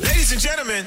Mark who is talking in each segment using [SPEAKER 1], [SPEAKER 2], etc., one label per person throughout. [SPEAKER 1] Ladies and gentlemen,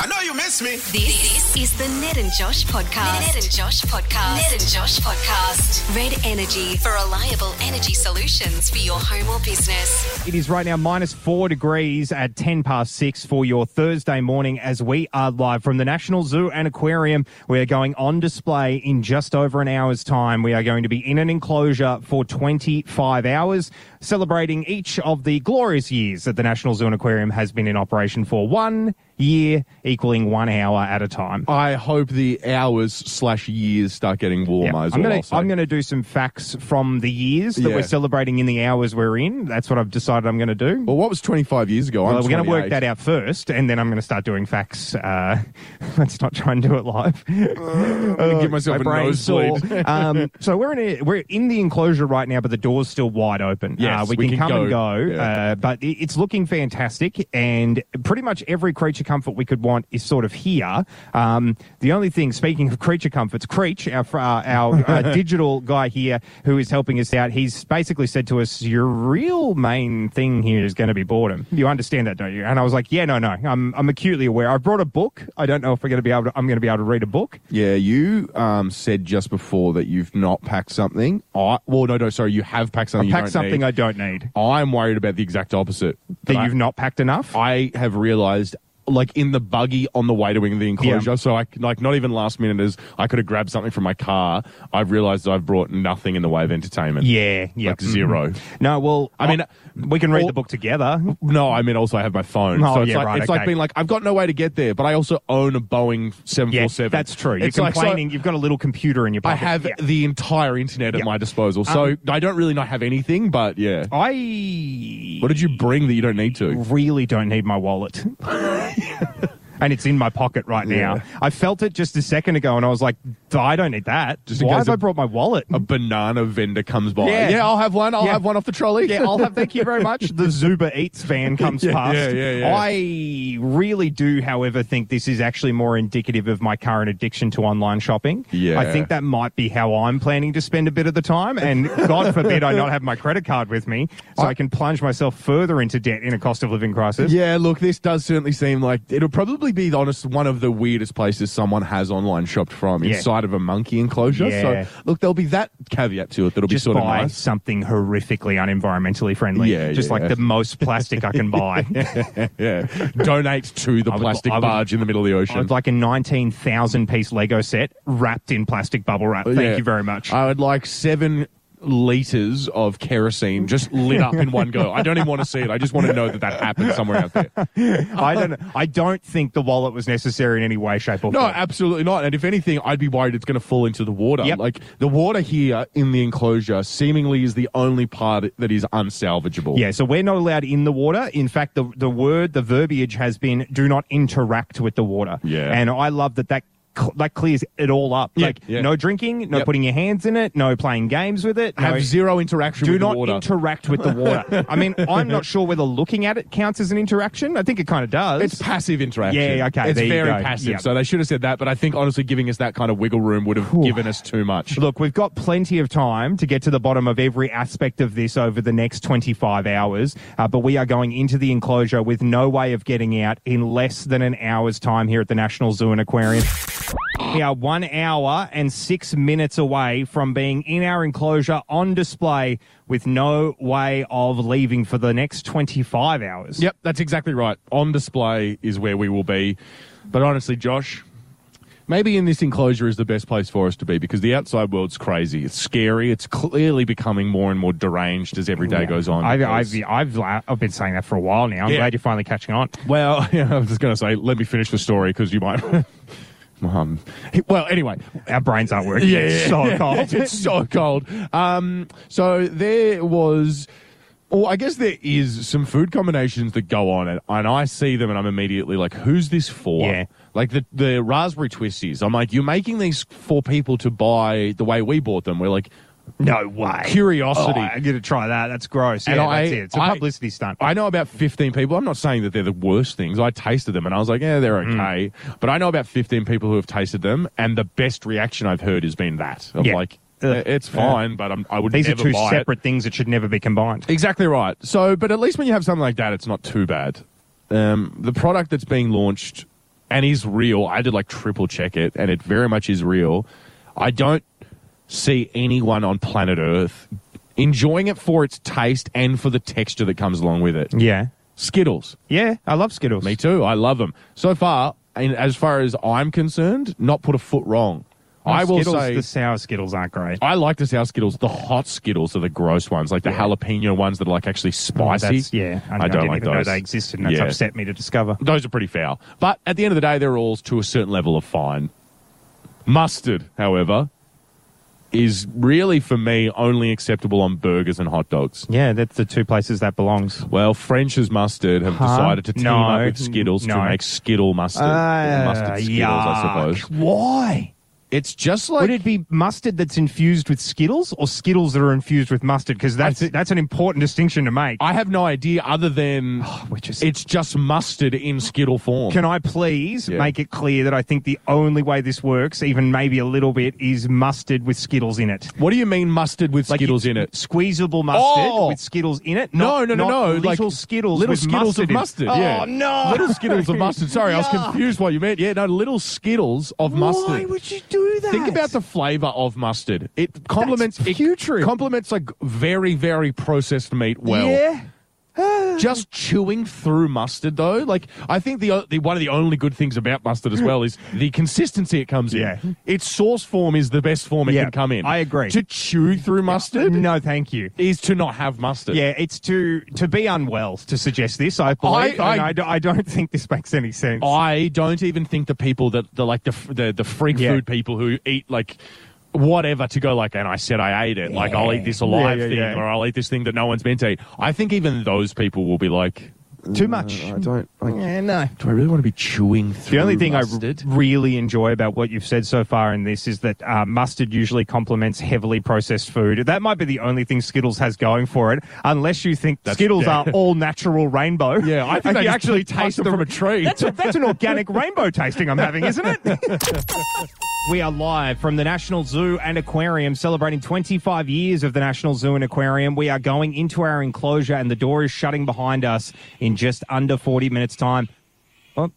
[SPEAKER 1] I know you miss me.
[SPEAKER 2] This is the Ned and Josh podcast. Ned and Josh podcast. Ned and Josh podcast. Red Energy for reliable energy solutions for your home or business.
[SPEAKER 3] It is right now minus four degrees at 10 past six for your Thursday morning as we are live from the National Zoo and Aquarium. We are going on display in just over an hour's time. We are going to be in an enclosure for 25 hours, celebrating each of the glorious years that the National Zoo and Aquarium has been in operation for one year, equaling one hour at a time.
[SPEAKER 4] I hope the hours slash years start getting warm.
[SPEAKER 3] Yeah.
[SPEAKER 4] Is
[SPEAKER 3] I'm
[SPEAKER 4] all
[SPEAKER 3] gonna
[SPEAKER 4] I'll say.
[SPEAKER 3] I'm gonna do some facts from the years that
[SPEAKER 4] Yeah.
[SPEAKER 3] we're celebrating in the hours we're in. That's what I've decided I'm gonna do.
[SPEAKER 4] Well, what was 25 years ago?
[SPEAKER 3] Well,
[SPEAKER 4] I'm
[SPEAKER 3] we're going to work
[SPEAKER 4] 28.
[SPEAKER 3] that out first, and then I'm going to start doing facts. Uh, let's not try and do it live. I'm
[SPEAKER 4] gonna Uh, give myself a nosebleed.
[SPEAKER 3] um, so we're in a, we're in the enclosure right now, but the door's still wide open.
[SPEAKER 4] Yes,
[SPEAKER 3] Uh, we,
[SPEAKER 4] we
[SPEAKER 3] can,
[SPEAKER 4] can
[SPEAKER 3] come and
[SPEAKER 4] go.
[SPEAKER 3] go.
[SPEAKER 4] Yeah.
[SPEAKER 3] Uh, but it- it's looking fantastic, and pretty much every creature comfort we could want is sort of here. Um, the only thing, speaking of creature comforts, Creech, our fr- uh, our uh, digital guy here who is helping us out, he's basically said to us, "Your real main thing here is going to be boredom. You understand that, don't you?" And I was like, "Yeah, no, no, I'm I'm acutely aware. I brought a book. I don't know if we're going to be able to. I'm going to be able to read a book."
[SPEAKER 4] Yeah, you um, said just before that you've not packed something. I well, no, no, sorry, you have packed something.
[SPEAKER 3] Pack something
[SPEAKER 4] I
[SPEAKER 3] I don't need.
[SPEAKER 4] I'm worried about the exact opposite.
[SPEAKER 3] That
[SPEAKER 4] I-
[SPEAKER 3] you've not packed enough.
[SPEAKER 4] I have realized. Like in the buggy on the way to wing the enclosure, so I c- like not even last minute as I could have grabbed something from my car. I've realized I've brought nothing in the way of entertainment.
[SPEAKER 3] yeah, yeah, mm-hmm.
[SPEAKER 4] like zero.
[SPEAKER 3] No, well,
[SPEAKER 4] I mean,
[SPEAKER 3] we can read
[SPEAKER 4] all-
[SPEAKER 3] the book together.
[SPEAKER 4] No, I mean also I have my phone.
[SPEAKER 3] Oh,
[SPEAKER 4] so it's
[SPEAKER 3] yeah,
[SPEAKER 4] like
[SPEAKER 3] right,
[SPEAKER 4] it's
[SPEAKER 3] okay.
[SPEAKER 4] like being like I've got no way to get there, but I also own a Boeing seven
[SPEAKER 3] Yeah,
[SPEAKER 4] four seven.
[SPEAKER 3] that's true. You're complaining. you've got a little computer in your
[SPEAKER 4] I
[SPEAKER 3] pocket.
[SPEAKER 4] have
[SPEAKER 3] Yeah.
[SPEAKER 4] the entire internet at
[SPEAKER 3] Yeah.
[SPEAKER 4] my disposal, so
[SPEAKER 3] Um,
[SPEAKER 4] I don't really not have anything. But yeah,
[SPEAKER 3] I
[SPEAKER 4] what did you bring that you don't need to?
[SPEAKER 3] really don't need my wallet. and it's in my pocket right now.
[SPEAKER 4] Yeah.
[SPEAKER 3] I felt it just a second ago, and I was like, I don't need that.
[SPEAKER 4] Just in
[SPEAKER 3] Why
[SPEAKER 4] case
[SPEAKER 3] have I
[SPEAKER 4] a-
[SPEAKER 3] brought my wallet?
[SPEAKER 4] A banana vendor comes by.
[SPEAKER 3] Yeah.
[SPEAKER 4] I'll have one. I'll
[SPEAKER 3] Yeah.
[SPEAKER 4] have one off the trolley.
[SPEAKER 3] yeah, I'll have. Thank you very much. The Zuba Eats van comes
[SPEAKER 4] Yeah,
[SPEAKER 3] past.
[SPEAKER 4] yeah, yeah, yeah.
[SPEAKER 3] I really do, however, think this is actually more indicative of my current addiction to online shopping.
[SPEAKER 4] Yeah.
[SPEAKER 3] I think that might be how I'm planning to spend a bit of the time. And God forbid I not have my credit card with me, so I, can plunge myself further into debt in a cost of living crisis.
[SPEAKER 4] Yeah, look, this does certainly seem like it'll probably be the honest one of the weirdest places someone has online shopped from
[SPEAKER 3] Yeah.
[SPEAKER 4] inside of a monkey enclosure.
[SPEAKER 3] Yeah.
[SPEAKER 4] So look, there'll be that caveat to it that'll
[SPEAKER 3] Just
[SPEAKER 4] be sort of
[SPEAKER 3] buy
[SPEAKER 4] nice.
[SPEAKER 3] something horrifically unenvironmentally friendly.
[SPEAKER 4] Yeah,
[SPEAKER 3] just
[SPEAKER 4] yeah.
[SPEAKER 3] like the most plastic I can buy.
[SPEAKER 4] yeah. Donate to the
[SPEAKER 3] would-
[SPEAKER 4] plastic
[SPEAKER 3] I would-
[SPEAKER 4] barge in the middle of the
[SPEAKER 3] I
[SPEAKER 4] ocean.
[SPEAKER 3] would like a 19,000 piece Lego set wrapped in plastic bubble wrap. Thank
[SPEAKER 4] Yeah.
[SPEAKER 3] you very much.
[SPEAKER 4] I would like seven liters of kerosene just lit up in one go. I don't even want to see it. I just want to know that that happened somewhere out there.
[SPEAKER 3] I don't. I don't think the wallet was necessary in any way, shape, or
[SPEAKER 4] No,
[SPEAKER 3] form.
[SPEAKER 4] absolutely not. And if anything, I'd be worried it's going to fall into the water.
[SPEAKER 3] Yep.
[SPEAKER 4] Like the water here in the enclosure seemingly is the only part that is unsalvageable.
[SPEAKER 3] yeah, so we're not allowed in the water. In fact, the the word, the verbiage has been "do not interact with the water."
[SPEAKER 4] Yeah.
[SPEAKER 3] and I love that that cl- that clears it all up.
[SPEAKER 4] Yeah,
[SPEAKER 3] like
[SPEAKER 4] yeah.
[SPEAKER 3] no drinking, no
[SPEAKER 4] Yep.
[SPEAKER 3] putting your hands in it, no playing games with it.
[SPEAKER 4] Have
[SPEAKER 3] no,
[SPEAKER 4] zero interaction
[SPEAKER 3] do
[SPEAKER 4] with
[SPEAKER 3] not
[SPEAKER 4] the water.
[SPEAKER 3] interact with the water. I mean, I'm not sure whether looking at it counts as an interaction. I think it kind of does.
[SPEAKER 4] it's passive interaction.
[SPEAKER 3] Yeah, okay,
[SPEAKER 4] It's
[SPEAKER 3] there you
[SPEAKER 4] very
[SPEAKER 3] go.
[SPEAKER 4] passive.
[SPEAKER 3] Yep.
[SPEAKER 4] So they should have said that, but I think honestly giving us that kind of wiggle room would have given us too much.
[SPEAKER 3] Look, we've got plenty of time to get to the bottom of every aspect of this over the next 25 hours, uh, but we are going into the enclosure with no way of getting out in less than an hour's time here at the National Zoo and Aquarium. We are one hour and six minutes away from being in our enclosure on display with no way of leaving for the next 25 hours.
[SPEAKER 4] Yep, that's exactly right. On display is where we will be. But honestly, Josh, maybe in this enclosure is the best place for us to be because the outside world's crazy. It's scary. It's clearly becoming more and more deranged as every day goes on.
[SPEAKER 3] I've,
[SPEAKER 4] because-
[SPEAKER 3] I've, I've, la- I've been saying that for a while now. I'm
[SPEAKER 4] Yeah.
[SPEAKER 3] glad you're finally catching on.
[SPEAKER 4] well, yeah, I was just going to say, let me finish the story because you might. um, well, anyway,
[SPEAKER 3] Our brains aren't working. it's so cold.
[SPEAKER 4] it's so cold. Um, so there was, or I guess there is some food combinations that go on, and, and I see them, and I'm immediately like, "Who's this for?"
[SPEAKER 3] Yeah.
[SPEAKER 4] Like the the raspberry twisties. I'm like, "You're making these for people to buy the way we bought them." We're like,
[SPEAKER 3] No way.
[SPEAKER 4] Curiosity.
[SPEAKER 3] Oh, I'm going to try that. That's gross.
[SPEAKER 4] And
[SPEAKER 3] yeah,
[SPEAKER 4] I-
[SPEAKER 3] that's it. It's a
[SPEAKER 4] I-
[SPEAKER 3] publicity stunt.
[SPEAKER 4] I know about 15 people. I'm not saying that they're the worst things. I tasted them and I was like, yeah, they're
[SPEAKER 3] Hmm.
[SPEAKER 4] okay. But I know about 15 people who have tasted them, and the best reaction I've heard has been that of
[SPEAKER 3] Yeah.
[SPEAKER 4] like, "Eh,
[SPEAKER 3] Ugh.
[SPEAKER 4] it's fine, but I'm, I would
[SPEAKER 3] These are
[SPEAKER 4] never
[SPEAKER 3] two
[SPEAKER 4] buy it.
[SPEAKER 3] separate things that should never be combined.
[SPEAKER 4] Exactly right. So, but at least when you have something like that, it's not too bad. um, the product that's being launched and is real. I did like triple check it, and it very much is real. I don't see anyone on planet Earth enjoying it for its taste and for the texture that comes along with it.
[SPEAKER 3] Yeah.
[SPEAKER 4] Skittles.
[SPEAKER 3] Yeah, I love Skittles.
[SPEAKER 4] Me too. I love them. So far, and as far as I'm concerned, not put a foot wrong. I will
[SPEAKER 3] Skittles,
[SPEAKER 4] say
[SPEAKER 3] the sour Skittles aren't great.
[SPEAKER 4] I like the sour Skittles. The hot Skittles are the gross ones, like the jalapeno ones that are like actually spicy.
[SPEAKER 3] Oh, That's- yeah, I,
[SPEAKER 4] I,
[SPEAKER 3] I
[SPEAKER 4] don't
[SPEAKER 3] didn't
[SPEAKER 4] like
[SPEAKER 3] even
[SPEAKER 4] those.
[SPEAKER 3] know they existed, and that's
[SPEAKER 4] Yeah.
[SPEAKER 3] upset me to discover.
[SPEAKER 4] Those are pretty foul. But at the end of the day, they're all to a certain level of fine. Mustard, however, is really for me only acceptable on burgers and hot dogs.
[SPEAKER 3] Yeah, that's the two places that belongs.
[SPEAKER 4] Well, French's mustard have
[SPEAKER 3] Huh?
[SPEAKER 4] decided to team
[SPEAKER 3] No,
[SPEAKER 4] up with Skittles to
[SPEAKER 3] no.
[SPEAKER 4] make Skittle mustard. or mustard Skittles, I
[SPEAKER 3] Ah, yuck.
[SPEAKER 4] suppose.
[SPEAKER 3] Why?
[SPEAKER 4] It's just like
[SPEAKER 3] Would it be mustard that's infused with Skittles or Skittles that are infused with mustard? Because that's
[SPEAKER 4] th-
[SPEAKER 3] that's an important distinction to make.
[SPEAKER 4] I have no idea other than
[SPEAKER 3] which is-
[SPEAKER 4] it's Oh, just mustard in Skittle form.
[SPEAKER 3] Can I please
[SPEAKER 4] Yeah.
[SPEAKER 3] make it clear that I think the only way this works, even maybe a little bit, is mustard with Skittles in it.
[SPEAKER 4] what do you mean mustard with
[SPEAKER 3] Like
[SPEAKER 4] Skittles
[SPEAKER 3] you-
[SPEAKER 4] in it?
[SPEAKER 3] Squeezable mustard
[SPEAKER 4] Oh!
[SPEAKER 3] with Skittles in it.
[SPEAKER 4] No,
[SPEAKER 3] Not,
[SPEAKER 4] no,
[SPEAKER 3] not
[SPEAKER 4] no, no.
[SPEAKER 3] Little
[SPEAKER 4] like
[SPEAKER 3] Skittles
[SPEAKER 4] little
[SPEAKER 3] with
[SPEAKER 4] Skittles
[SPEAKER 3] mustard
[SPEAKER 4] of
[SPEAKER 3] in-
[SPEAKER 4] mustard.
[SPEAKER 3] Oh,
[SPEAKER 4] yeah.
[SPEAKER 3] no.
[SPEAKER 4] Little Skittles of mustard. Sorry, I was
[SPEAKER 3] Yuck.
[SPEAKER 4] confused what you meant. Yeah, no, little Skittles of
[SPEAKER 3] Why
[SPEAKER 4] mustard.
[SPEAKER 3] would you do that?
[SPEAKER 4] Think about the flavor of mustard. It complements it
[SPEAKER 3] putrid.
[SPEAKER 4] complements like very very processed meat well.
[SPEAKER 3] Oh, Yeah.
[SPEAKER 4] Just chewing through mustard though, like I think the, o- the one of the only good things about mustard as well is the consistency it comes
[SPEAKER 3] Yeah.
[SPEAKER 4] in. Its source form is the best form it
[SPEAKER 3] Yeah,
[SPEAKER 4] can come in.
[SPEAKER 3] I agree.
[SPEAKER 4] To chew through mustard
[SPEAKER 3] No, thank you.
[SPEAKER 4] is to not have mustard.
[SPEAKER 3] Yeah, it's to to be unwell to suggest this. I believe,
[SPEAKER 4] I-
[SPEAKER 3] and I, do- I don't think this makes any sense.
[SPEAKER 4] I don't even think the people that the like the f- the, the freak
[SPEAKER 3] Yeah.
[SPEAKER 4] food people who eat like whatever to go like and I said I ate it like I'll eat this alive
[SPEAKER 3] Yeah, yeah,
[SPEAKER 4] thing
[SPEAKER 3] yeah.
[SPEAKER 4] or I'll eat this thing that no one's meant to eat. I think even those people will be like
[SPEAKER 3] Too much.
[SPEAKER 4] Mm, I don't like
[SPEAKER 3] yeah, no.
[SPEAKER 4] do I really want to be chewing through
[SPEAKER 3] The only thing
[SPEAKER 4] mustard?
[SPEAKER 3] I r- really enjoy about what you've said so far in this is that uh, mustard usually complements heavily processed food. That might be the only thing Skittles has going for it, unless you think Skittles
[SPEAKER 4] yeah.
[SPEAKER 3] are all natural rainbow.
[SPEAKER 4] Yeah, I think
[SPEAKER 3] And
[SPEAKER 4] they
[SPEAKER 3] you
[SPEAKER 4] just
[SPEAKER 3] actually
[SPEAKER 4] plucked
[SPEAKER 3] taste
[SPEAKER 4] them
[SPEAKER 3] the-
[SPEAKER 4] from a tree.
[SPEAKER 3] That's, a- that's an organic rainbow tasting I'm having, isn't it? We are live from the National Zoo and Aquarium celebrating 25 years of the National Zoo and Aquarium. We are going into our enclosure and the door is shutting behind us in just under 40 minutes time. Oh,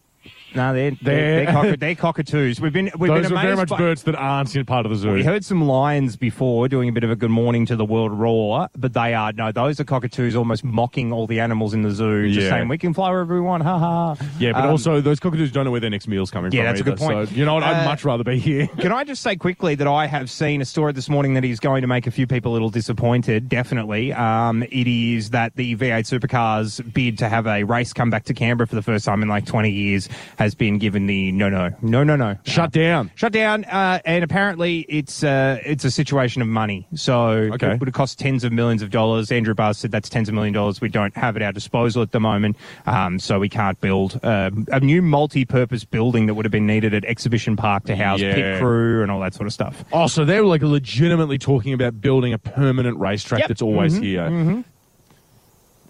[SPEAKER 3] no, they're, they're,
[SPEAKER 4] They're-
[SPEAKER 3] they're, cock- they're cockatoos. We've been, we've
[SPEAKER 4] those
[SPEAKER 3] been
[SPEAKER 4] are very
[SPEAKER 3] amazed
[SPEAKER 4] much
[SPEAKER 3] by-
[SPEAKER 4] birds that aren't in part of the zoo.
[SPEAKER 3] we heard some lions before doing a bit of a good morning to the world roar, but they are, no, those are cockatoos almost mocking all the animals in the zoo, just
[SPEAKER 4] Yeah.
[SPEAKER 3] saying, we can fly wherever we want, ha ha.
[SPEAKER 4] yeah, but
[SPEAKER 3] Um,
[SPEAKER 4] also those cockatoos don't know where their next meal's coming
[SPEAKER 3] Yeah,
[SPEAKER 4] from.
[SPEAKER 3] that's a good
[SPEAKER 4] either,
[SPEAKER 3] point.
[SPEAKER 4] So, you know what? I'd
[SPEAKER 3] Uh,
[SPEAKER 4] much rather be here.
[SPEAKER 3] Can I just say quickly that I have seen a story this morning that is going to make a few people a little disappointed, definitely. Um, it is that the V8 supercars bid to have a race come back to Canberra for the first time in like 20 years has been given the no, no, no, no, no.
[SPEAKER 4] Shut down.
[SPEAKER 3] Shut down, uh, and apparently it's uh, it's a situation of money. So
[SPEAKER 4] Okay.
[SPEAKER 3] it would have cost tens of millions of dollars. Andrew Barr said that's tens of million dollars we don't have at our disposal at the moment, um, so we can't build uh, a new multi-purpose building that would have been needed at Exhibition Park to house
[SPEAKER 4] Yeah.
[SPEAKER 3] pit crew and all that sort of stuff.
[SPEAKER 4] Oh, so they were like legitimately talking about building a permanent racetrack
[SPEAKER 3] Yep.
[SPEAKER 4] that's always here.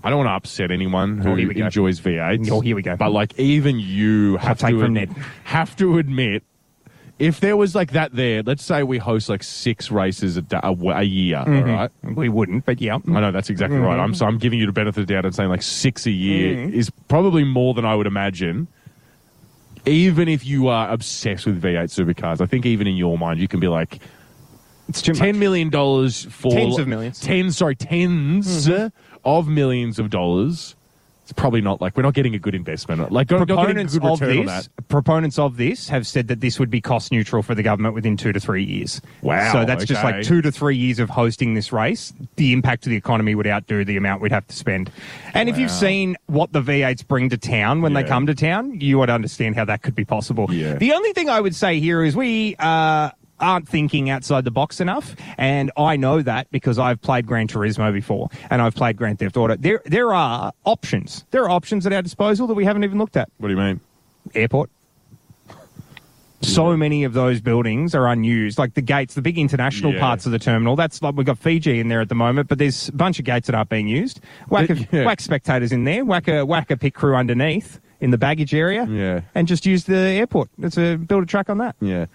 [SPEAKER 4] I don't want to upset anyone who
[SPEAKER 3] Oh, here we go.
[SPEAKER 4] enjoys V8s.
[SPEAKER 3] Oh, here we go.
[SPEAKER 4] But like, even you have
[SPEAKER 3] take
[SPEAKER 4] to
[SPEAKER 3] from
[SPEAKER 4] ad-
[SPEAKER 3] Ned.
[SPEAKER 4] have to admit, if there was like that there, let's say we host like six races a, da- a, w- a year, all right?
[SPEAKER 3] We wouldn't, but yeah.
[SPEAKER 4] I know that's exactly right. I'm so I'm giving you the benefit of the doubt and saying like six a year is probably more than I would imagine. Even if you are obsessed with V8 supercars, I think even in your mind you can be like,
[SPEAKER 3] It's too
[SPEAKER 4] ten million dollars for
[SPEAKER 3] Tens of millions.
[SPEAKER 4] Ten, sorry, 10s of millions of dollars. It's probably not like we're not getting a good investment. Like don't, don't getting a
[SPEAKER 3] proponents
[SPEAKER 4] good
[SPEAKER 3] of
[SPEAKER 4] return on
[SPEAKER 3] this
[SPEAKER 4] that.
[SPEAKER 3] proponents of this have said that this would be cost neutral for the government within two to three years.
[SPEAKER 4] Wow,
[SPEAKER 3] So that's just
[SPEAKER 4] okay.
[SPEAKER 3] like two to three years of hosting this race. The impact to the economy would outdo the amount we'd have to spend. And if you've
[SPEAKER 4] Wow.
[SPEAKER 3] seen what the V8s bring to town when
[SPEAKER 4] Yeah.
[SPEAKER 3] they come to town, you would understand how that could be possible.
[SPEAKER 4] Yeah.
[SPEAKER 3] The only thing I would say here is we uh, aren't thinking outside the box enough, and I know that because I've played Gran Turismo before and I've played Grand Theft Auto. There, there are options. There are options at our disposal that we haven't even looked at
[SPEAKER 4] What do you mean?
[SPEAKER 3] airport. So many of those buildings are unused, like the gates, the big international
[SPEAKER 4] Yeah.
[SPEAKER 3] parts of the terminal. That's like we've got Fiji in there at the moment, but there's a bunch of gates that aren't being used. Whack, a,
[SPEAKER 4] Yeah.
[SPEAKER 3] whack spectators in there, whack a whack a pit crew underneath in the baggage area,
[SPEAKER 4] Yeah.
[SPEAKER 3] and just use the airport. It's a build a track on that.
[SPEAKER 4] Yeah.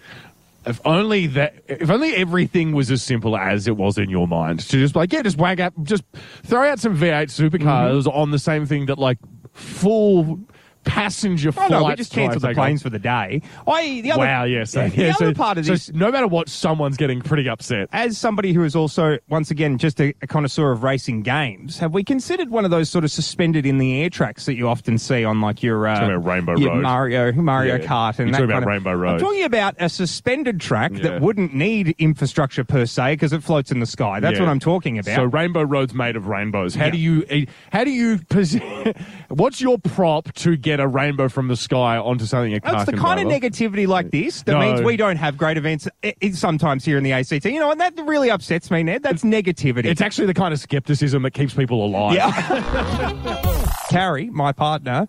[SPEAKER 4] If only that. If only everything was as simple as it was in your mind. To just be like, yeah, just
[SPEAKER 3] Mm-hmm.
[SPEAKER 4] wag out, just throw out some V8 supercars on the same thing that like full passenger
[SPEAKER 3] Oh
[SPEAKER 4] flights.
[SPEAKER 3] no, we just
[SPEAKER 4] do I
[SPEAKER 3] cancelled the
[SPEAKER 4] take on?
[SPEAKER 3] planes for the day. I the other
[SPEAKER 4] Wow, yes.
[SPEAKER 3] the
[SPEAKER 4] yeah,
[SPEAKER 3] other
[SPEAKER 4] so-
[SPEAKER 3] part of
[SPEAKER 4] so
[SPEAKER 3] this.
[SPEAKER 4] no matter what, someone's getting pretty upset.
[SPEAKER 3] as somebody who is also, once again, just a, a connoisseur of racing games, have we considered one of those sort of suspended in the air tracks that you often see on like your uh,
[SPEAKER 4] Talking about Rainbow
[SPEAKER 3] your
[SPEAKER 4] Road.
[SPEAKER 3] Mario Mario
[SPEAKER 4] Yeah.
[SPEAKER 3] Kart, and that
[SPEAKER 4] You're talking
[SPEAKER 3] kind
[SPEAKER 4] about
[SPEAKER 3] of,
[SPEAKER 4] Rainbow
[SPEAKER 3] I'm
[SPEAKER 4] Road.
[SPEAKER 3] talking about a suspended track
[SPEAKER 4] Yeah.
[SPEAKER 3] that wouldn't need infrastructure per se because it floats in the sky. That's
[SPEAKER 4] Yeah.
[SPEAKER 3] what I'm talking about.
[SPEAKER 4] So Rainbow Road's made of rainbows. How
[SPEAKER 3] Yeah.
[SPEAKER 4] do you how do you pos- what's your prop to get a rainbow from the sky onto something a car
[SPEAKER 3] That's the
[SPEAKER 4] can
[SPEAKER 3] kind of
[SPEAKER 4] drive off?
[SPEAKER 3] negativity like this that
[SPEAKER 4] No.
[SPEAKER 3] means we don't have great events i- i- sometimes here in the ACT. You know, and that really upsets me, Ned. That's negativity.
[SPEAKER 4] It's actually the kind of skepticism that keeps people alive.
[SPEAKER 3] Yeah. Carrie, my partner,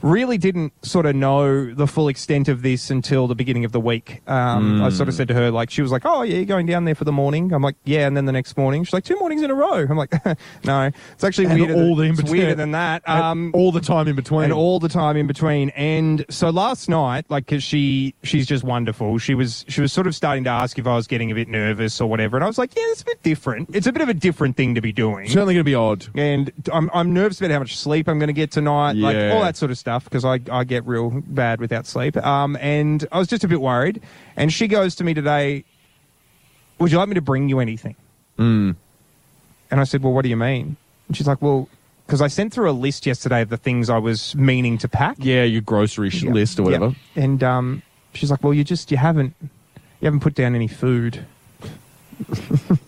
[SPEAKER 3] really didn't sort of know the full extent of this until the beginning of the week. Um,
[SPEAKER 4] Mm.
[SPEAKER 3] I sort of said to her, like, she was like, oh, yeah, you're going down there for the morning. I'm like, yeah. And then the next morning, she's like, two mornings in a row. I'm like, no, it's actually
[SPEAKER 4] And
[SPEAKER 3] weirder,
[SPEAKER 4] all the
[SPEAKER 3] than,
[SPEAKER 4] in
[SPEAKER 3] it's
[SPEAKER 4] between.
[SPEAKER 3] weirder than that.
[SPEAKER 4] And
[SPEAKER 3] Um,
[SPEAKER 4] all the time in between.
[SPEAKER 3] and all the time in between. And so last night, like, cause she she's just wonderful. She was she was sort of starting to ask if I was getting a bit nervous or whatever, and I was like, yeah, it's a bit different. It's a bit of a different thing to be doing.
[SPEAKER 4] certainly going to be odd.
[SPEAKER 3] And I'm I'm nervous about how much sleep I'm going to get tonight, like
[SPEAKER 4] Yeah.
[SPEAKER 3] all that sort of stuff, because I I get real bad without sleep. Um, and I was just a bit worried. And she goes to me today, "Would you like me to bring you anything?"
[SPEAKER 4] Mm.
[SPEAKER 3] And I said, "Well, what do you mean?" And she's like, "Well." Because I sent through a list yesterday of the things I was meaning to pack.
[SPEAKER 4] Yeah, your grocery sh
[SPEAKER 3] Yeah.
[SPEAKER 4] list or
[SPEAKER 3] Yeah.
[SPEAKER 4] whatever.
[SPEAKER 3] And um, she's like, "Well, you just you haven't you haven't put down any food."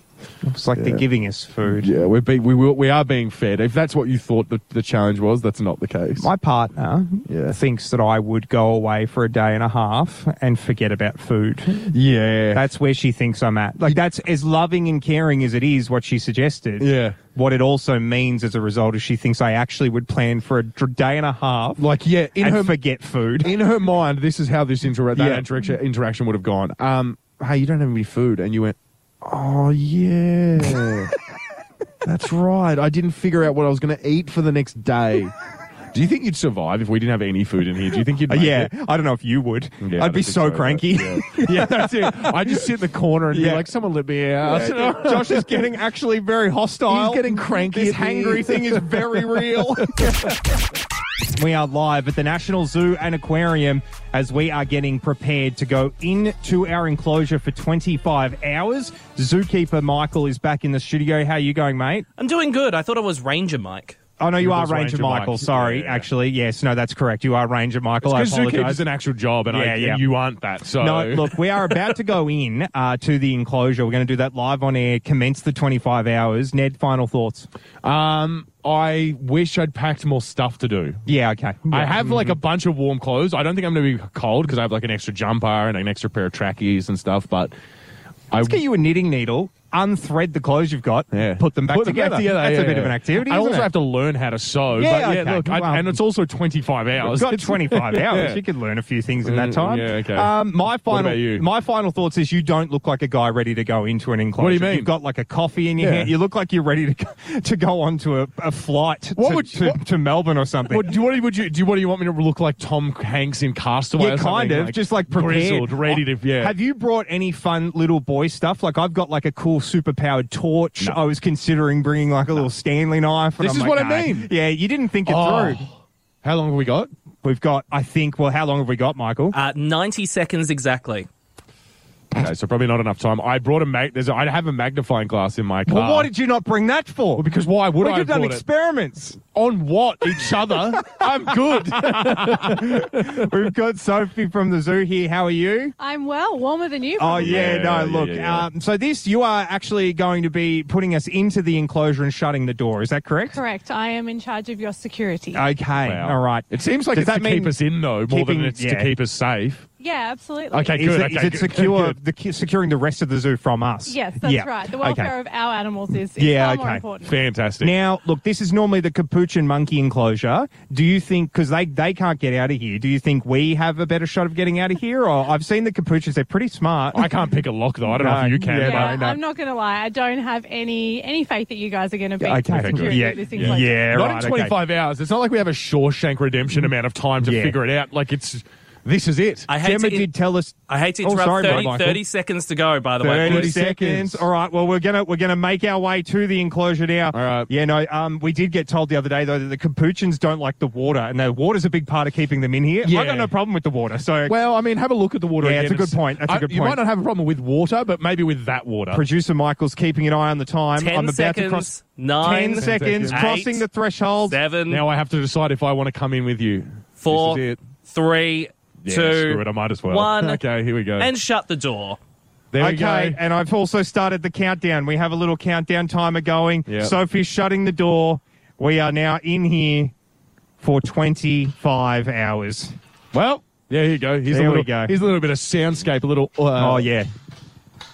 [SPEAKER 3] it's like they're giving us food.
[SPEAKER 4] Yeah, we're be- we will- we are being fed. If that's what you thought the, the challenge was, that's not the case.
[SPEAKER 3] My partner uh,
[SPEAKER 4] Yeah.
[SPEAKER 3] thinks that I would go away for a day and a half and forget about food.
[SPEAKER 4] yeah,
[SPEAKER 3] That's where she thinks I'm at. Like that's as loving and caring as it is what she suggested.
[SPEAKER 4] Yeah.
[SPEAKER 3] What it also means as a result is she thinks I actually would plan for a dr- day and a half
[SPEAKER 4] like yeah, in
[SPEAKER 3] and
[SPEAKER 4] her
[SPEAKER 3] forget food.
[SPEAKER 4] in her mind, this is how this intera- that
[SPEAKER 3] Yeah.
[SPEAKER 4] interaction interaction would have gone. Um, hey, you don't have any food, and you went, oh yeah, that's right. I didn't figure out what I was going to eat for the next day. Do you think you'd survive if we didn't have any food in here? Do you think you'd?
[SPEAKER 3] Uh,
[SPEAKER 4] make
[SPEAKER 3] yeah,
[SPEAKER 4] it?
[SPEAKER 3] I don't know if you would.
[SPEAKER 4] Yeah, I
[SPEAKER 3] I'd be
[SPEAKER 4] don't think
[SPEAKER 3] so,
[SPEAKER 4] but-
[SPEAKER 3] cranky.
[SPEAKER 4] Yeah. Yeah, that's it. I just sit in the corner and be
[SPEAKER 3] Yeah.
[SPEAKER 4] like, "Someone let me out."
[SPEAKER 3] Josh is getting actually very hostile.
[SPEAKER 4] He's getting cranky
[SPEAKER 3] This
[SPEAKER 4] at me.
[SPEAKER 3] hangry thing is very real. we are live at the National Zoo and Aquarium as we are getting prepared to go into our enclosure for 25 hours. Zookeeper Michael is back in the studio. How are you going, mate?
[SPEAKER 5] I'm doing good. I thought I was Ranger Mike.
[SPEAKER 3] Oh no, you
[SPEAKER 4] It
[SPEAKER 3] are
[SPEAKER 4] was
[SPEAKER 3] Ranger,
[SPEAKER 4] Ranger Mike.
[SPEAKER 3] Michael. Sorry,
[SPEAKER 4] Yeah, yeah.
[SPEAKER 3] actually, yes, no, that's correct. You are Ranger Michael. I
[SPEAKER 4] Because
[SPEAKER 3] apologize.
[SPEAKER 4] zookeeper's an actual job, and, I,
[SPEAKER 3] Yeah,
[SPEAKER 4] and
[SPEAKER 3] yeah.
[SPEAKER 4] you aren't that. So
[SPEAKER 3] No, look, we are about to go in uh, to the enclosure. We're going to do that live on air. Commence the 25 hours. Ned, final thoughts?
[SPEAKER 4] um, I wish I'd packed more stuff to do.
[SPEAKER 3] Yeah, Mm-hmm. okay.
[SPEAKER 4] I
[SPEAKER 3] Yeah.
[SPEAKER 4] have like a bunch of warm clothes. I don't think I'm going to be cold because I have like an extra jumper and an extra pair of trackies and stuff. But I
[SPEAKER 3] Let's get you a knitting needle, unthread the clothes you've got,
[SPEAKER 4] yeah.
[SPEAKER 3] put them back together. That's
[SPEAKER 4] yeah,
[SPEAKER 3] a bit
[SPEAKER 4] yeah.
[SPEAKER 3] of an activity.
[SPEAKER 4] I
[SPEAKER 3] isn't
[SPEAKER 4] also
[SPEAKER 3] it?
[SPEAKER 4] have to learn how to sew.
[SPEAKER 3] Yeah,
[SPEAKER 4] but yeah,
[SPEAKER 3] okay.
[SPEAKER 4] look, I,
[SPEAKER 3] Well-
[SPEAKER 4] and it's also 25 hours.
[SPEAKER 3] You've got 25 hours.
[SPEAKER 4] Yeah.
[SPEAKER 3] You could learn a few things in that
[SPEAKER 4] Mm,
[SPEAKER 3] time.
[SPEAKER 4] yeah, okay.
[SPEAKER 3] Um, my final,
[SPEAKER 4] about you?
[SPEAKER 3] my final thoughts is you don't look like a guy ready to go into an enclosure.
[SPEAKER 4] What do you mean?
[SPEAKER 3] You've got like a coffee in your
[SPEAKER 4] Yeah.
[SPEAKER 3] hand. You look like you're ready to go, to go onto a, a flight
[SPEAKER 4] What
[SPEAKER 3] to,
[SPEAKER 4] would-
[SPEAKER 3] to,
[SPEAKER 4] what-
[SPEAKER 3] to Melbourne or something.
[SPEAKER 4] What do you, what would you do? You, what do you want me to look like? Tom Hanks in Castaway?
[SPEAKER 3] yeah,
[SPEAKER 4] or something?
[SPEAKER 3] kind of, just like prepared, Oh,
[SPEAKER 4] grizzled, ready to. Yeah.
[SPEAKER 3] Have you brought any fun little boy stuff? Like I've got like a cool super powered torch. I was considering bringing like a little Stanley knife. and
[SPEAKER 4] This
[SPEAKER 3] I'm
[SPEAKER 4] is
[SPEAKER 3] like,
[SPEAKER 4] what I
[SPEAKER 3] "No."
[SPEAKER 4] mean.
[SPEAKER 3] Yeah, you didn't think it
[SPEAKER 4] Oh.
[SPEAKER 3] through.
[SPEAKER 4] How long have we got?
[SPEAKER 3] We've got, I think. Well, how long have we got, Michael?
[SPEAKER 5] Uh, 90 seconds exactly.
[SPEAKER 4] Okay, so probably not enough time. I brought a mag. There's a, I have a magnifying glass in my car.
[SPEAKER 3] well, why did you not bring that for?
[SPEAKER 4] uh, Well, because why would
[SPEAKER 3] we
[SPEAKER 4] I
[SPEAKER 3] could have
[SPEAKER 4] have
[SPEAKER 3] done
[SPEAKER 4] bought it?
[SPEAKER 3] experiments.
[SPEAKER 4] on what each other? I'm good.
[SPEAKER 3] We've got Sophie from the zoo here. How are you?
[SPEAKER 6] I'm well, warmer than you.
[SPEAKER 3] Oh
[SPEAKER 6] probably.
[SPEAKER 3] yeah,
[SPEAKER 4] Yeah,
[SPEAKER 3] no,
[SPEAKER 4] yeah,
[SPEAKER 3] look.
[SPEAKER 4] yeah.
[SPEAKER 3] Um, so this, you are actually going to be putting us into the enclosure and shutting the door. Is that correct?
[SPEAKER 6] Correct. I am in charge of your security.
[SPEAKER 3] Okay,
[SPEAKER 4] Wow.
[SPEAKER 3] all right.
[SPEAKER 4] It seems like
[SPEAKER 3] Does
[SPEAKER 4] it's
[SPEAKER 3] that
[SPEAKER 4] to
[SPEAKER 3] mean
[SPEAKER 4] keep us in though, more
[SPEAKER 3] keeping-
[SPEAKER 4] than it's
[SPEAKER 3] yeah.
[SPEAKER 4] to keep us safe.
[SPEAKER 6] yeah, absolutely.
[SPEAKER 4] Okay,
[SPEAKER 3] Is
[SPEAKER 4] good.
[SPEAKER 3] it, is
[SPEAKER 4] okay,
[SPEAKER 3] it
[SPEAKER 4] good,
[SPEAKER 3] secure?
[SPEAKER 4] good.
[SPEAKER 3] The, ki- securing the rest of the zoo from us.
[SPEAKER 6] Yes, that's
[SPEAKER 3] Yeah.
[SPEAKER 6] right. The welfare
[SPEAKER 3] Okay.
[SPEAKER 6] of our animals is, is
[SPEAKER 3] Yeah,
[SPEAKER 6] far more
[SPEAKER 3] okay.
[SPEAKER 6] important.
[SPEAKER 4] Fantastic.
[SPEAKER 3] Now, look, this is normally the capuchin monkey enclosure. Do you think because they they can't get out of here? Do you think we have a better shot of getting out of here? Or I've seen the capuchins; they're pretty smart.
[SPEAKER 4] I can't pick a lock though. I don't know
[SPEAKER 3] No,
[SPEAKER 4] if you can.
[SPEAKER 3] yeah,
[SPEAKER 4] but-
[SPEAKER 6] Yeah,
[SPEAKER 3] no, no.
[SPEAKER 6] I'm not going to lie. I don't have any any faith that you guys are going to beat
[SPEAKER 3] Okay,
[SPEAKER 6] the
[SPEAKER 4] good.
[SPEAKER 6] security
[SPEAKER 3] Yeah,
[SPEAKER 6] of this
[SPEAKER 3] yeah.
[SPEAKER 6] enclosure.
[SPEAKER 3] Yeah,
[SPEAKER 4] not
[SPEAKER 3] right,
[SPEAKER 4] in
[SPEAKER 3] okay.
[SPEAKER 4] Mm. 25 hours. It's not like we have a Shawshank Redemption amount of time to
[SPEAKER 3] Yeah.
[SPEAKER 4] figure it out. Like it's This is it.
[SPEAKER 5] I hate
[SPEAKER 3] Gemma
[SPEAKER 5] to in-
[SPEAKER 3] did tell us.
[SPEAKER 5] I hate to
[SPEAKER 3] Oh,
[SPEAKER 5] interrupt.
[SPEAKER 3] sorry,
[SPEAKER 5] 30,
[SPEAKER 3] Michael.
[SPEAKER 5] 30 seconds to go, by the
[SPEAKER 4] 30
[SPEAKER 5] way. boys.
[SPEAKER 4] seconds.
[SPEAKER 3] All right. Well, we're gonna we're gonna make our way to the enclosure now.
[SPEAKER 4] All right.
[SPEAKER 3] Yeah. No. Um. We did get told the other day though that the capuchins don't like the water, and the water's a big part of keeping them in here.
[SPEAKER 4] Yeah.
[SPEAKER 3] I got no problem with the water. So
[SPEAKER 4] Well, I mean, have a look at the water.
[SPEAKER 3] Yeah,
[SPEAKER 4] again
[SPEAKER 3] it's a good
[SPEAKER 4] and s-
[SPEAKER 3] point. That's a
[SPEAKER 4] I-
[SPEAKER 3] good
[SPEAKER 4] You
[SPEAKER 3] point.
[SPEAKER 4] might not have a problem with water, but maybe with that water.
[SPEAKER 3] producer Michael's keeping an eye on the time.
[SPEAKER 5] 10
[SPEAKER 3] I'm about
[SPEAKER 5] seconds.
[SPEAKER 3] to cross.
[SPEAKER 5] nine.
[SPEAKER 3] Ten seconds.
[SPEAKER 4] seconds.
[SPEAKER 3] Crossing
[SPEAKER 5] Eight.
[SPEAKER 3] the threshold.
[SPEAKER 5] seven,
[SPEAKER 4] now I have to decide if I want to come in with you.
[SPEAKER 5] four,
[SPEAKER 4] This is it.
[SPEAKER 5] three,
[SPEAKER 4] Yeah,
[SPEAKER 5] two,
[SPEAKER 4] screw it. I might as well.
[SPEAKER 5] one.
[SPEAKER 4] Okay, here we go.
[SPEAKER 5] and shut the door.
[SPEAKER 4] there we
[SPEAKER 3] okay,
[SPEAKER 4] go.
[SPEAKER 3] and I've also started the countdown. We have a little countdown timer going.
[SPEAKER 4] Yep.
[SPEAKER 3] Sophie's shutting the door. We are now in here for 25 hours.
[SPEAKER 4] Well, there you go. Here's
[SPEAKER 3] There we
[SPEAKER 4] a little,
[SPEAKER 3] go.
[SPEAKER 4] Here's a little bit of soundscape. A little. Uh,
[SPEAKER 3] oh, yeah.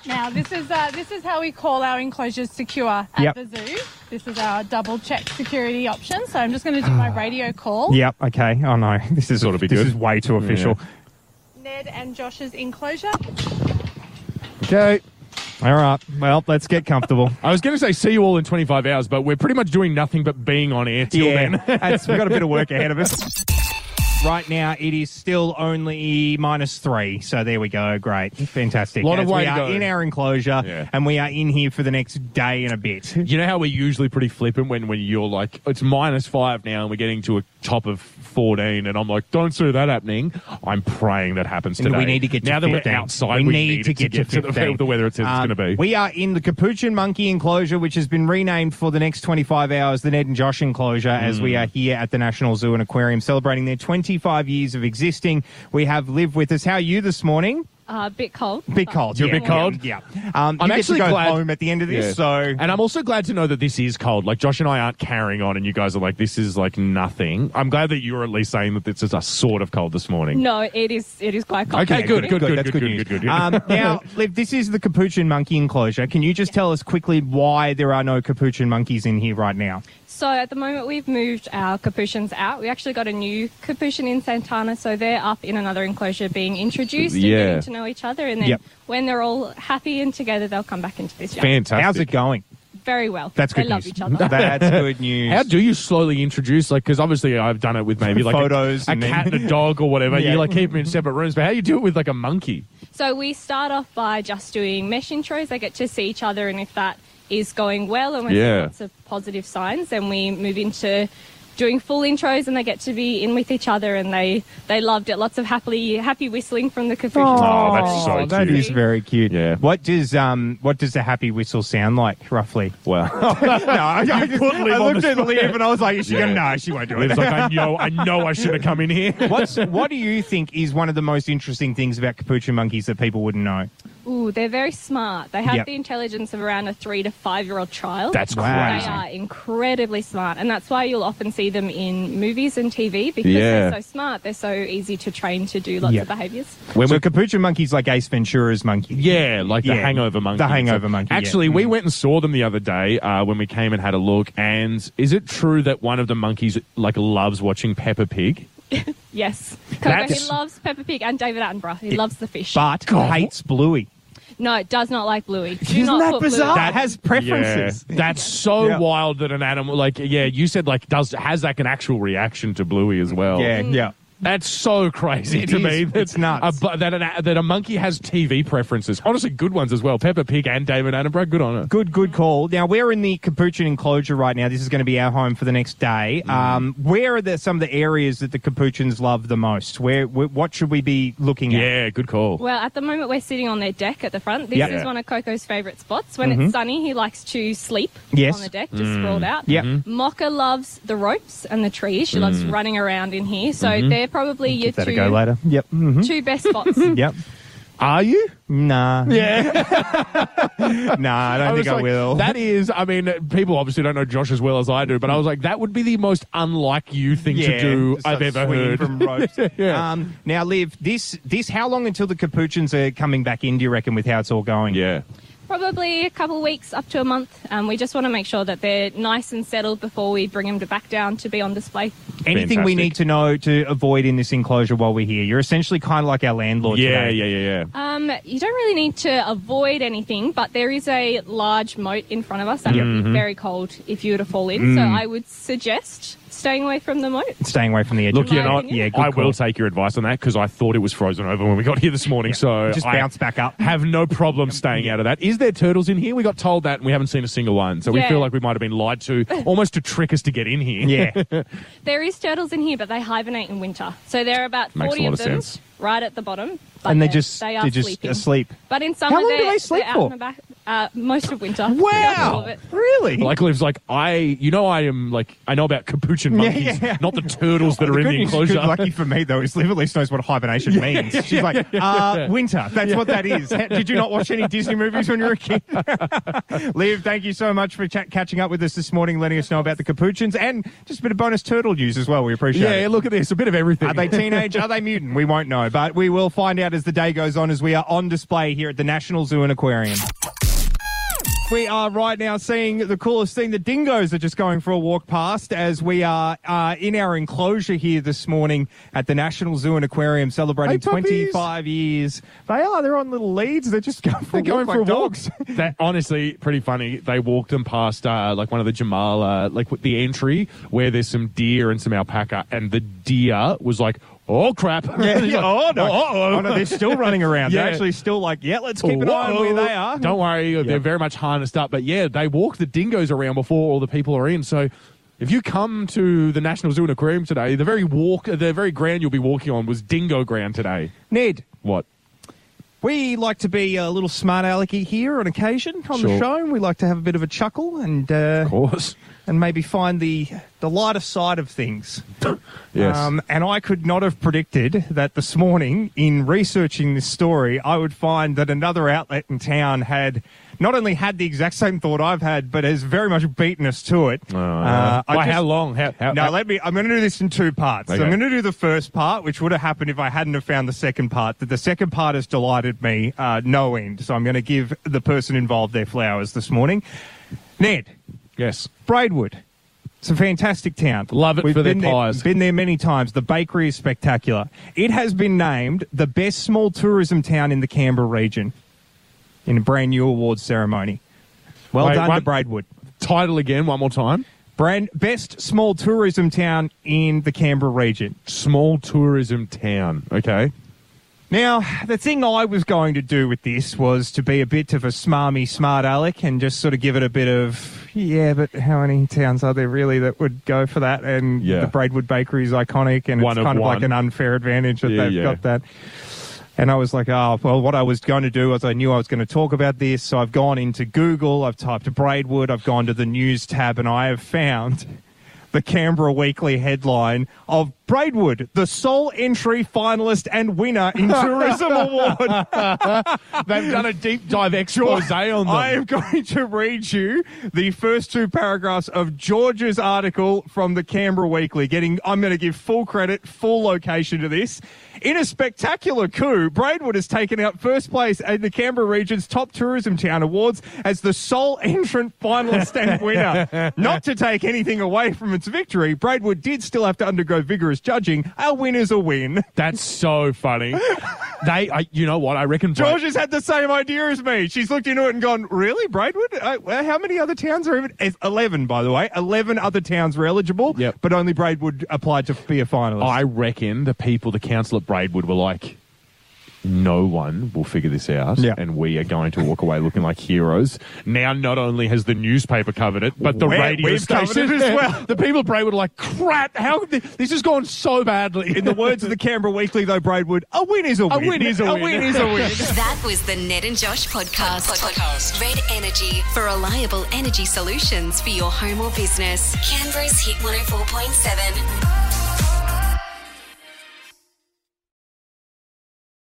[SPEAKER 6] Now this is uh, this is how we call our enclosures secure at
[SPEAKER 3] Yep.
[SPEAKER 6] the zoo. This is our double check security option. So I'm just going to do
[SPEAKER 3] Ah.
[SPEAKER 6] my radio call.
[SPEAKER 3] Yep, okay. Oh, no. This is,
[SPEAKER 4] Gotta be
[SPEAKER 3] this
[SPEAKER 4] good.
[SPEAKER 3] is way too official.
[SPEAKER 6] Ned and Josh's enclosure.
[SPEAKER 4] Okay.
[SPEAKER 3] All right. Well, let's get comfortable.
[SPEAKER 4] I was going to say see you all in 25 hours, but we're pretty much doing nothing but being on air till then.
[SPEAKER 3] That's- we've got a bit of work ahead of us. Right now, it is still only minus three. So there we go. Great. Fantastic.
[SPEAKER 4] Lot of
[SPEAKER 3] As we
[SPEAKER 4] way to
[SPEAKER 3] are
[SPEAKER 4] go.
[SPEAKER 3] in our enclosure
[SPEAKER 4] Yeah.
[SPEAKER 3] and we are in here for the next day and a bit.
[SPEAKER 4] You know how we're usually pretty flippant when, when you're like, it's minus five now and we're getting to a top of 14 and I'm like, don't see that happening. I'm praying that happens
[SPEAKER 3] And
[SPEAKER 4] today.
[SPEAKER 3] we need to get to
[SPEAKER 4] Now that
[SPEAKER 3] 15.
[SPEAKER 4] we're outside, we, need, to get, to, the-
[SPEAKER 3] fifteen.
[SPEAKER 4] the, weather it says
[SPEAKER 3] Um,
[SPEAKER 4] it's going to be.
[SPEAKER 3] We are in the Capuchin Monkey Enclosure, which has been renamed for the next 25 hours the Ned and Josh Enclosure, as
[SPEAKER 4] Mm.
[SPEAKER 3] we are here at the National Zoo and Aquarium celebrating their 25 years of existing. We have Liv with us. How are you this morning?
[SPEAKER 6] Uh, bit cold.
[SPEAKER 3] Bit cold.
[SPEAKER 4] You're a
[SPEAKER 3] yeah,
[SPEAKER 4] bit cold?
[SPEAKER 3] Yeah. yeah. Um,
[SPEAKER 4] I'm
[SPEAKER 3] you get
[SPEAKER 4] actually
[SPEAKER 3] to go
[SPEAKER 4] glad-
[SPEAKER 3] home at the end of this,
[SPEAKER 4] Yeah.
[SPEAKER 3] so
[SPEAKER 4] and I'm also glad to know that this is cold. Like Josh and I aren't carrying on, and you guys are like, "This is like nothing." I'm glad that you're at least saying that this is a sort of cold this morning.
[SPEAKER 7] No, it is. It is quite cold.
[SPEAKER 4] Okay, good, good, good, good,
[SPEAKER 3] That's
[SPEAKER 4] good, Uh,
[SPEAKER 3] good
[SPEAKER 4] good,
[SPEAKER 3] news.
[SPEAKER 4] good, good,
[SPEAKER 3] Um, now, Liv, this is the Capuchin Monkey Enclosure. Can you just tell us quickly why there are no Capuchin monkeys in here right now?
[SPEAKER 7] So at the moment, we've moved our capuchins out. We actually got a new capuchin in Santana, so they're up in another enclosure being introduced,
[SPEAKER 4] Yeah.
[SPEAKER 7] and getting to know each other, and then
[SPEAKER 3] Yep.
[SPEAKER 7] when they're all happy and together, they'll come back into this yard.
[SPEAKER 4] Fantastic.
[SPEAKER 3] How's it going?
[SPEAKER 7] Very well.
[SPEAKER 3] That's good
[SPEAKER 7] They love
[SPEAKER 3] news.
[SPEAKER 7] each other.
[SPEAKER 3] That's good news.
[SPEAKER 4] How do you slowly introduce? Like, because obviously I've done it with maybe like a-
[SPEAKER 3] Photos
[SPEAKER 4] a,
[SPEAKER 3] and then-
[SPEAKER 4] cat and a dog or whatever.
[SPEAKER 3] Yeah.
[SPEAKER 4] You like keep them in separate rooms, but how do you do it with like a monkey?
[SPEAKER 7] So we start off by just doing mesh intros. They get to see each other, and if that is going well and we're seeing
[SPEAKER 4] Yeah.
[SPEAKER 7] lots of positive signs, then we move into doing full intros, and they get to be in with each other, and they they loved it. Lots of happily happy whistling from the capuchin.
[SPEAKER 4] Oh, that's so
[SPEAKER 3] That
[SPEAKER 4] cute.
[SPEAKER 3] is very cute.
[SPEAKER 4] Yeah.
[SPEAKER 3] What does um what does the happy whistle sound like roughly?
[SPEAKER 4] Wow.
[SPEAKER 3] no, I, I, just-
[SPEAKER 4] put Liv
[SPEAKER 3] I
[SPEAKER 4] on
[SPEAKER 3] looked
[SPEAKER 4] the
[SPEAKER 3] at
[SPEAKER 4] spot.
[SPEAKER 3] Liv and I was like, is she going?
[SPEAKER 4] Yeah.
[SPEAKER 3] No, she won't do it.
[SPEAKER 4] Liv's like, I know, I know, I should have come in here.
[SPEAKER 3] What's what do you think is one of the most interesting things about capuchin monkeys that people wouldn't know?
[SPEAKER 7] Ooh, they're very smart. They have
[SPEAKER 3] Yep.
[SPEAKER 7] the intelligence of around a three to five year old child.
[SPEAKER 4] That's
[SPEAKER 3] Wow.
[SPEAKER 7] they
[SPEAKER 4] crazy.
[SPEAKER 7] are incredibly smart, and that's why you'll often see them in movies and TV because
[SPEAKER 4] Yeah.
[SPEAKER 7] they're so smart. They're so easy to train to do lots
[SPEAKER 3] Yep.
[SPEAKER 7] of behaviors.
[SPEAKER 4] When
[SPEAKER 3] so
[SPEAKER 4] we-
[SPEAKER 3] capuchin monkeys like Ace Ventura's monkey.
[SPEAKER 4] Yeah, like the
[SPEAKER 3] Yeah,
[SPEAKER 4] hangover
[SPEAKER 3] the
[SPEAKER 4] monkey.
[SPEAKER 3] hangover monkey, yeah. Mm.
[SPEAKER 4] Actually, we went and saw them the other day uh, when we came and had a look. And is it true that one of the monkeys like loves watching Peppa Pig?
[SPEAKER 7] Yes. Coco,
[SPEAKER 4] That's-
[SPEAKER 7] he loves Peppa Pig and David Attenborough. He loves the fish.
[SPEAKER 3] But
[SPEAKER 4] God.
[SPEAKER 3] hates Bluey.
[SPEAKER 7] no, it does not like Bluey. Do
[SPEAKER 3] Isn't
[SPEAKER 7] not
[SPEAKER 3] that
[SPEAKER 7] put Bluey-
[SPEAKER 3] bizarre? That Oh, has preferences.
[SPEAKER 4] Yeah. That's so
[SPEAKER 3] Yeah.
[SPEAKER 4] wild that an animal like yeah, you said like does has like an actual reaction to Bluey as well.
[SPEAKER 3] Yeah, yeah.
[SPEAKER 4] That's so crazy
[SPEAKER 3] It
[SPEAKER 4] to me.
[SPEAKER 3] is.
[SPEAKER 4] That
[SPEAKER 3] It's nuts.
[SPEAKER 4] A, bu- that, an, a- that a monkey has TV preferences. Honestly, good ones as well. Peppa Pig and David Attenborough. Good on her.
[SPEAKER 3] Good, good call. Now we're in the capuchin enclosure right now. This is going to be our home for the next day.
[SPEAKER 4] Mm.
[SPEAKER 3] Um, where are the, some of the areas that the capuchins love the most? Where, wh- what should we be looking at?
[SPEAKER 4] Yeah, good call.
[SPEAKER 7] Well, at the moment, we're sitting on their deck at the front. This
[SPEAKER 3] Yep. Mm-hmm.
[SPEAKER 7] is one of Coco's favourite spots. When it's sunny, he likes to sleep
[SPEAKER 3] Yes.
[SPEAKER 7] on the deck, just sprawled out.
[SPEAKER 3] Yep.
[SPEAKER 7] Mocha loves the ropes and the trees. She loves running around in here. So they're probably your
[SPEAKER 3] Give that
[SPEAKER 7] two,
[SPEAKER 3] a go later. Yep. hmm
[SPEAKER 7] two best spots.
[SPEAKER 3] Yep.
[SPEAKER 4] Are you?
[SPEAKER 3] Nah.
[SPEAKER 4] Yeah.
[SPEAKER 3] Nah, I don't think
[SPEAKER 4] was
[SPEAKER 3] I
[SPEAKER 4] like,
[SPEAKER 3] will.
[SPEAKER 4] That is, I mean, people obviously don't know Josh as well as I do, but I was like, that would be the most unlike you thing to do
[SPEAKER 3] just
[SPEAKER 4] I've
[SPEAKER 3] start
[SPEAKER 4] ever
[SPEAKER 3] swinging
[SPEAKER 4] heard.
[SPEAKER 3] From ropes.
[SPEAKER 4] Yeah.
[SPEAKER 3] um, now, Liv, this this how long until the capuchins are coming back in? Do you reckon with how it's all going?
[SPEAKER 4] yeah.
[SPEAKER 7] probably a couple of weeks, up to a month. Um, we just want to make sure that they're nice and settled before we bring them to back down to be on display.
[SPEAKER 3] Anything we
[SPEAKER 4] Fantastic.
[SPEAKER 3] need to know to avoid in this enclosure while we're here? You're essentially kind of like our landlord.
[SPEAKER 4] Yeah,
[SPEAKER 3] today.
[SPEAKER 4] yeah, yeah, yeah.
[SPEAKER 7] Um, you don't really need to avoid anything, but there is a large moat in front of us that would
[SPEAKER 4] Mm-hmm.
[SPEAKER 7] be very cold if you were to fall in. So
[SPEAKER 4] Mm.
[SPEAKER 7] I would suggest staying away from the moat.
[SPEAKER 3] Staying away from the edge.
[SPEAKER 4] Look,
[SPEAKER 3] of
[SPEAKER 4] you
[SPEAKER 3] the
[SPEAKER 4] know,
[SPEAKER 7] Lying
[SPEAKER 4] what?
[SPEAKER 7] in it.
[SPEAKER 3] yeah, good
[SPEAKER 4] I
[SPEAKER 3] call.
[SPEAKER 4] will take your advice on that because I thought it was frozen over when we got here this morning. So
[SPEAKER 3] Just
[SPEAKER 4] I
[SPEAKER 3] bounce back up.
[SPEAKER 4] Have no problem staying out of that. Is there turtles in here? We got told that and we haven't seen a single one. So we
[SPEAKER 7] Yeah.
[SPEAKER 4] feel like we might have been lied to, almost to trick us to get in here.
[SPEAKER 3] Yeah.
[SPEAKER 7] There is turtles in here, but they hibernate in winter. So there are about
[SPEAKER 4] Makes a
[SPEAKER 7] 40
[SPEAKER 4] lot
[SPEAKER 7] of,
[SPEAKER 4] of
[SPEAKER 7] them
[SPEAKER 4] sense.
[SPEAKER 7] right at the bottom. but
[SPEAKER 3] and they
[SPEAKER 7] they're-
[SPEAKER 3] just
[SPEAKER 7] they
[SPEAKER 3] they
[SPEAKER 7] are
[SPEAKER 3] are just
[SPEAKER 7] sleeping.
[SPEAKER 3] asleep.
[SPEAKER 7] But in
[SPEAKER 3] How
[SPEAKER 7] summer,
[SPEAKER 3] long do
[SPEAKER 7] they're,
[SPEAKER 3] they sleep
[SPEAKER 7] they're
[SPEAKER 3] for?
[SPEAKER 7] out and about, uh, most of winter. Not all
[SPEAKER 3] Wow,
[SPEAKER 7] of it.
[SPEAKER 3] really?
[SPEAKER 4] Like lives like I, you know, I am like I know about capuchin monkeys,
[SPEAKER 3] yeah.
[SPEAKER 4] not the turtles that are
[SPEAKER 3] The
[SPEAKER 4] in
[SPEAKER 3] good
[SPEAKER 4] the
[SPEAKER 3] news-
[SPEAKER 4] enclosure.
[SPEAKER 3] Good lucky for me though, is Liv at least knows what hibernation means. She's like, uh, winter. That's what that is. Did you not watch any Disney movies when you were a kid? Liv, thank you so much for chat catching up with us this morning, letting us know about the capuchins and just a bit of bonus turtle news as well. We appreciate it.
[SPEAKER 4] yeah, look at this, a bit of everything.
[SPEAKER 3] Are they teenage? Are they mutant? We won't know, but we will find out as the day goes on as we are on display here at the National Zoo and Aquarium. We are right now seeing the coolest thing. The dingoes are just going for a walk past as we are uh, in our enclosure here this morning at the National Zoo and Aquarium celebrating
[SPEAKER 4] Hey, puppies.
[SPEAKER 3] 25 years. They are. They're on little leads. They're just going for
[SPEAKER 4] They're
[SPEAKER 3] a
[SPEAKER 4] going
[SPEAKER 3] walk
[SPEAKER 4] for
[SPEAKER 3] like
[SPEAKER 4] walks.
[SPEAKER 3] dogs.
[SPEAKER 4] that honestly pretty funny. They walked them past uh, like one of the Jamala, like with the entry where there's some deer and some alpaca, and the deer was like, "Oh crap!"
[SPEAKER 3] Yeah,
[SPEAKER 4] He's
[SPEAKER 3] yeah.
[SPEAKER 4] like,
[SPEAKER 3] Oh, no.
[SPEAKER 4] "Uh-oh."
[SPEAKER 3] oh, no, they're still running around.
[SPEAKER 4] Yeah.
[SPEAKER 3] They're actually still like, yeah, let's keep an eye on
[SPEAKER 4] Whoa.
[SPEAKER 3] where they are.
[SPEAKER 4] Don't worry, they're very much harnessed up. But yeah, they walk the dingoes around before all the people are in. So. If you come to the National Zoo and Aquarium today, the very walk, the very ground you'll be walking on was dingo ground today.
[SPEAKER 3] Ned,
[SPEAKER 4] What?
[SPEAKER 3] We like to be a little smart alecky here on occasion on
[SPEAKER 4] Sure.
[SPEAKER 3] the show. We like to have a bit of a chuckle and uh,
[SPEAKER 4] Of course.
[SPEAKER 3] and maybe find the the lighter side of things.
[SPEAKER 4] Yes.
[SPEAKER 3] Um, and I could not have predicted that this morning, in researching this story, I would find that another outlet in town had not only had the exact same thought I've had, but has very much beaten us to it.
[SPEAKER 4] Uh,
[SPEAKER 3] I
[SPEAKER 4] by
[SPEAKER 3] just-
[SPEAKER 4] how long? How, how,
[SPEAKER 3] no,
[SPEAKER 4] how-
[SPEAKER 3] let me. I'm going to do this in two parts.
[SPEAKER 4] Okay.
[SPEAKER 3] I'm going to do the first part, which would have happened if I hadn't have found the second part. That the second part has delighted me uh, no end. So I'm going to give the person involved their flowers this morning. Ned
[SPEAKER 4] yes.
[SPEAKER 3] Braidwood. It's a fantastic town.
[SPEAKER 4] Love it for their
[SPEAKER 3] been there-
[SPEAKER 4] pies.
[SPEAKER 3] been there many times. The bakery is spectacular. It has been named the best small tourism town in the Canberra region in a brand new awards ceremony. Well
[SPEAKER 4] Wait,
[SPEAKER 3] done
[SPEAKER 4] one-
[SPEAKER 3] to Braidwood.
[SPEAKER 4] Title again, one more time.
[SPEAKER 3] Brand best small tourism town in the Canberra region.
[SPEAKER 4] Small tourism town. Okay.
[SPEAKER 3] Now, the thing I was going to do with this was to be a bit of a smarmy smart aleck and just sort of give it a bit of, yeah, but how many towns are there really that would go for that? And
[SPEAKER 4] Yeah.
[SPEAKER 3] the Braidwood Bakery is iconic and
[SPEAKER 4] One
[SPEAKER 3] it's
[SPEAKER 4] of
[SPEAKER 3] kind of
[SPEAKER 4] one.
[SPEAKER 3] like an unfair advantage that
[SPEAKER 4] Yeah,
[SPEAKER 3] they've
[SPEAKER 4] yeah.
[SPEAKER 3] got that. And I was like, oh, well, what I was going to do was I knew I was going to talk about this. So I've gone into Google, I've typed Braidwood, I've gone to the news tab, and I have found the Canberra Weekly headline of Braidwood, the sole entry finalist and winner in Tourism Award.
[SPEAKER 4] They've done a deep dive expose on them.
[SPEAKER 3] I am going to read you the first two paragraphs of George's article from the Canberra Weekly. Getting, I'm going to give full credit, full location to this. In a spectacular coup, Braidwood has taken out first place at the Canberra region's top tourism town awards as the sole entrant finalist and winner. Not to take anything away from its victory, Braidwood did still have to undergo vigorous judging. A win is a win.
[SPEAKER 4] That's so funny. they, I, you know what? I reckon.
[SPEAKER 3] George has had the same idea as me. She's looked into it and gone, really, Braidwood? Uh, well, how many other towns are even? It's eleven, by the way. Eleven other towns were eligible,
[SPEAKER 4] Yep.
[SPEAKER 3] but only Braidwood applied to be a finalist.
[SPEAKER 4] I reckon the people, the council at Braidwood, were like, no one will figure this out,
[SPEAKER 3] Yeah.
[SPEAKER 4] and we are going to walk away looking like heroes. Now, not only has the newspaper covered it, but the
[SPEAKER 3] We're-
[SPEAKER 4] radio
[SPEAKER 3] we've covered
[SPEAKER 4] station
[SPEAKER 3] it as well.
[SPEAKER 4] The people at Braidwood are like, crap! How could thi- this has gone so badly?
[SPEAKER 3] In the words of the Canberra Weekly, though, Braidwood, a win is a win.
[SPEAKER 4] win is a win.
[SPEAKER 3] is a win.
[SPEAKER 2] That was the Ned and Josh podcast. podcast. Red Energy for reliable oh energy solutions for your home or business. Canberra's Hit 104.7.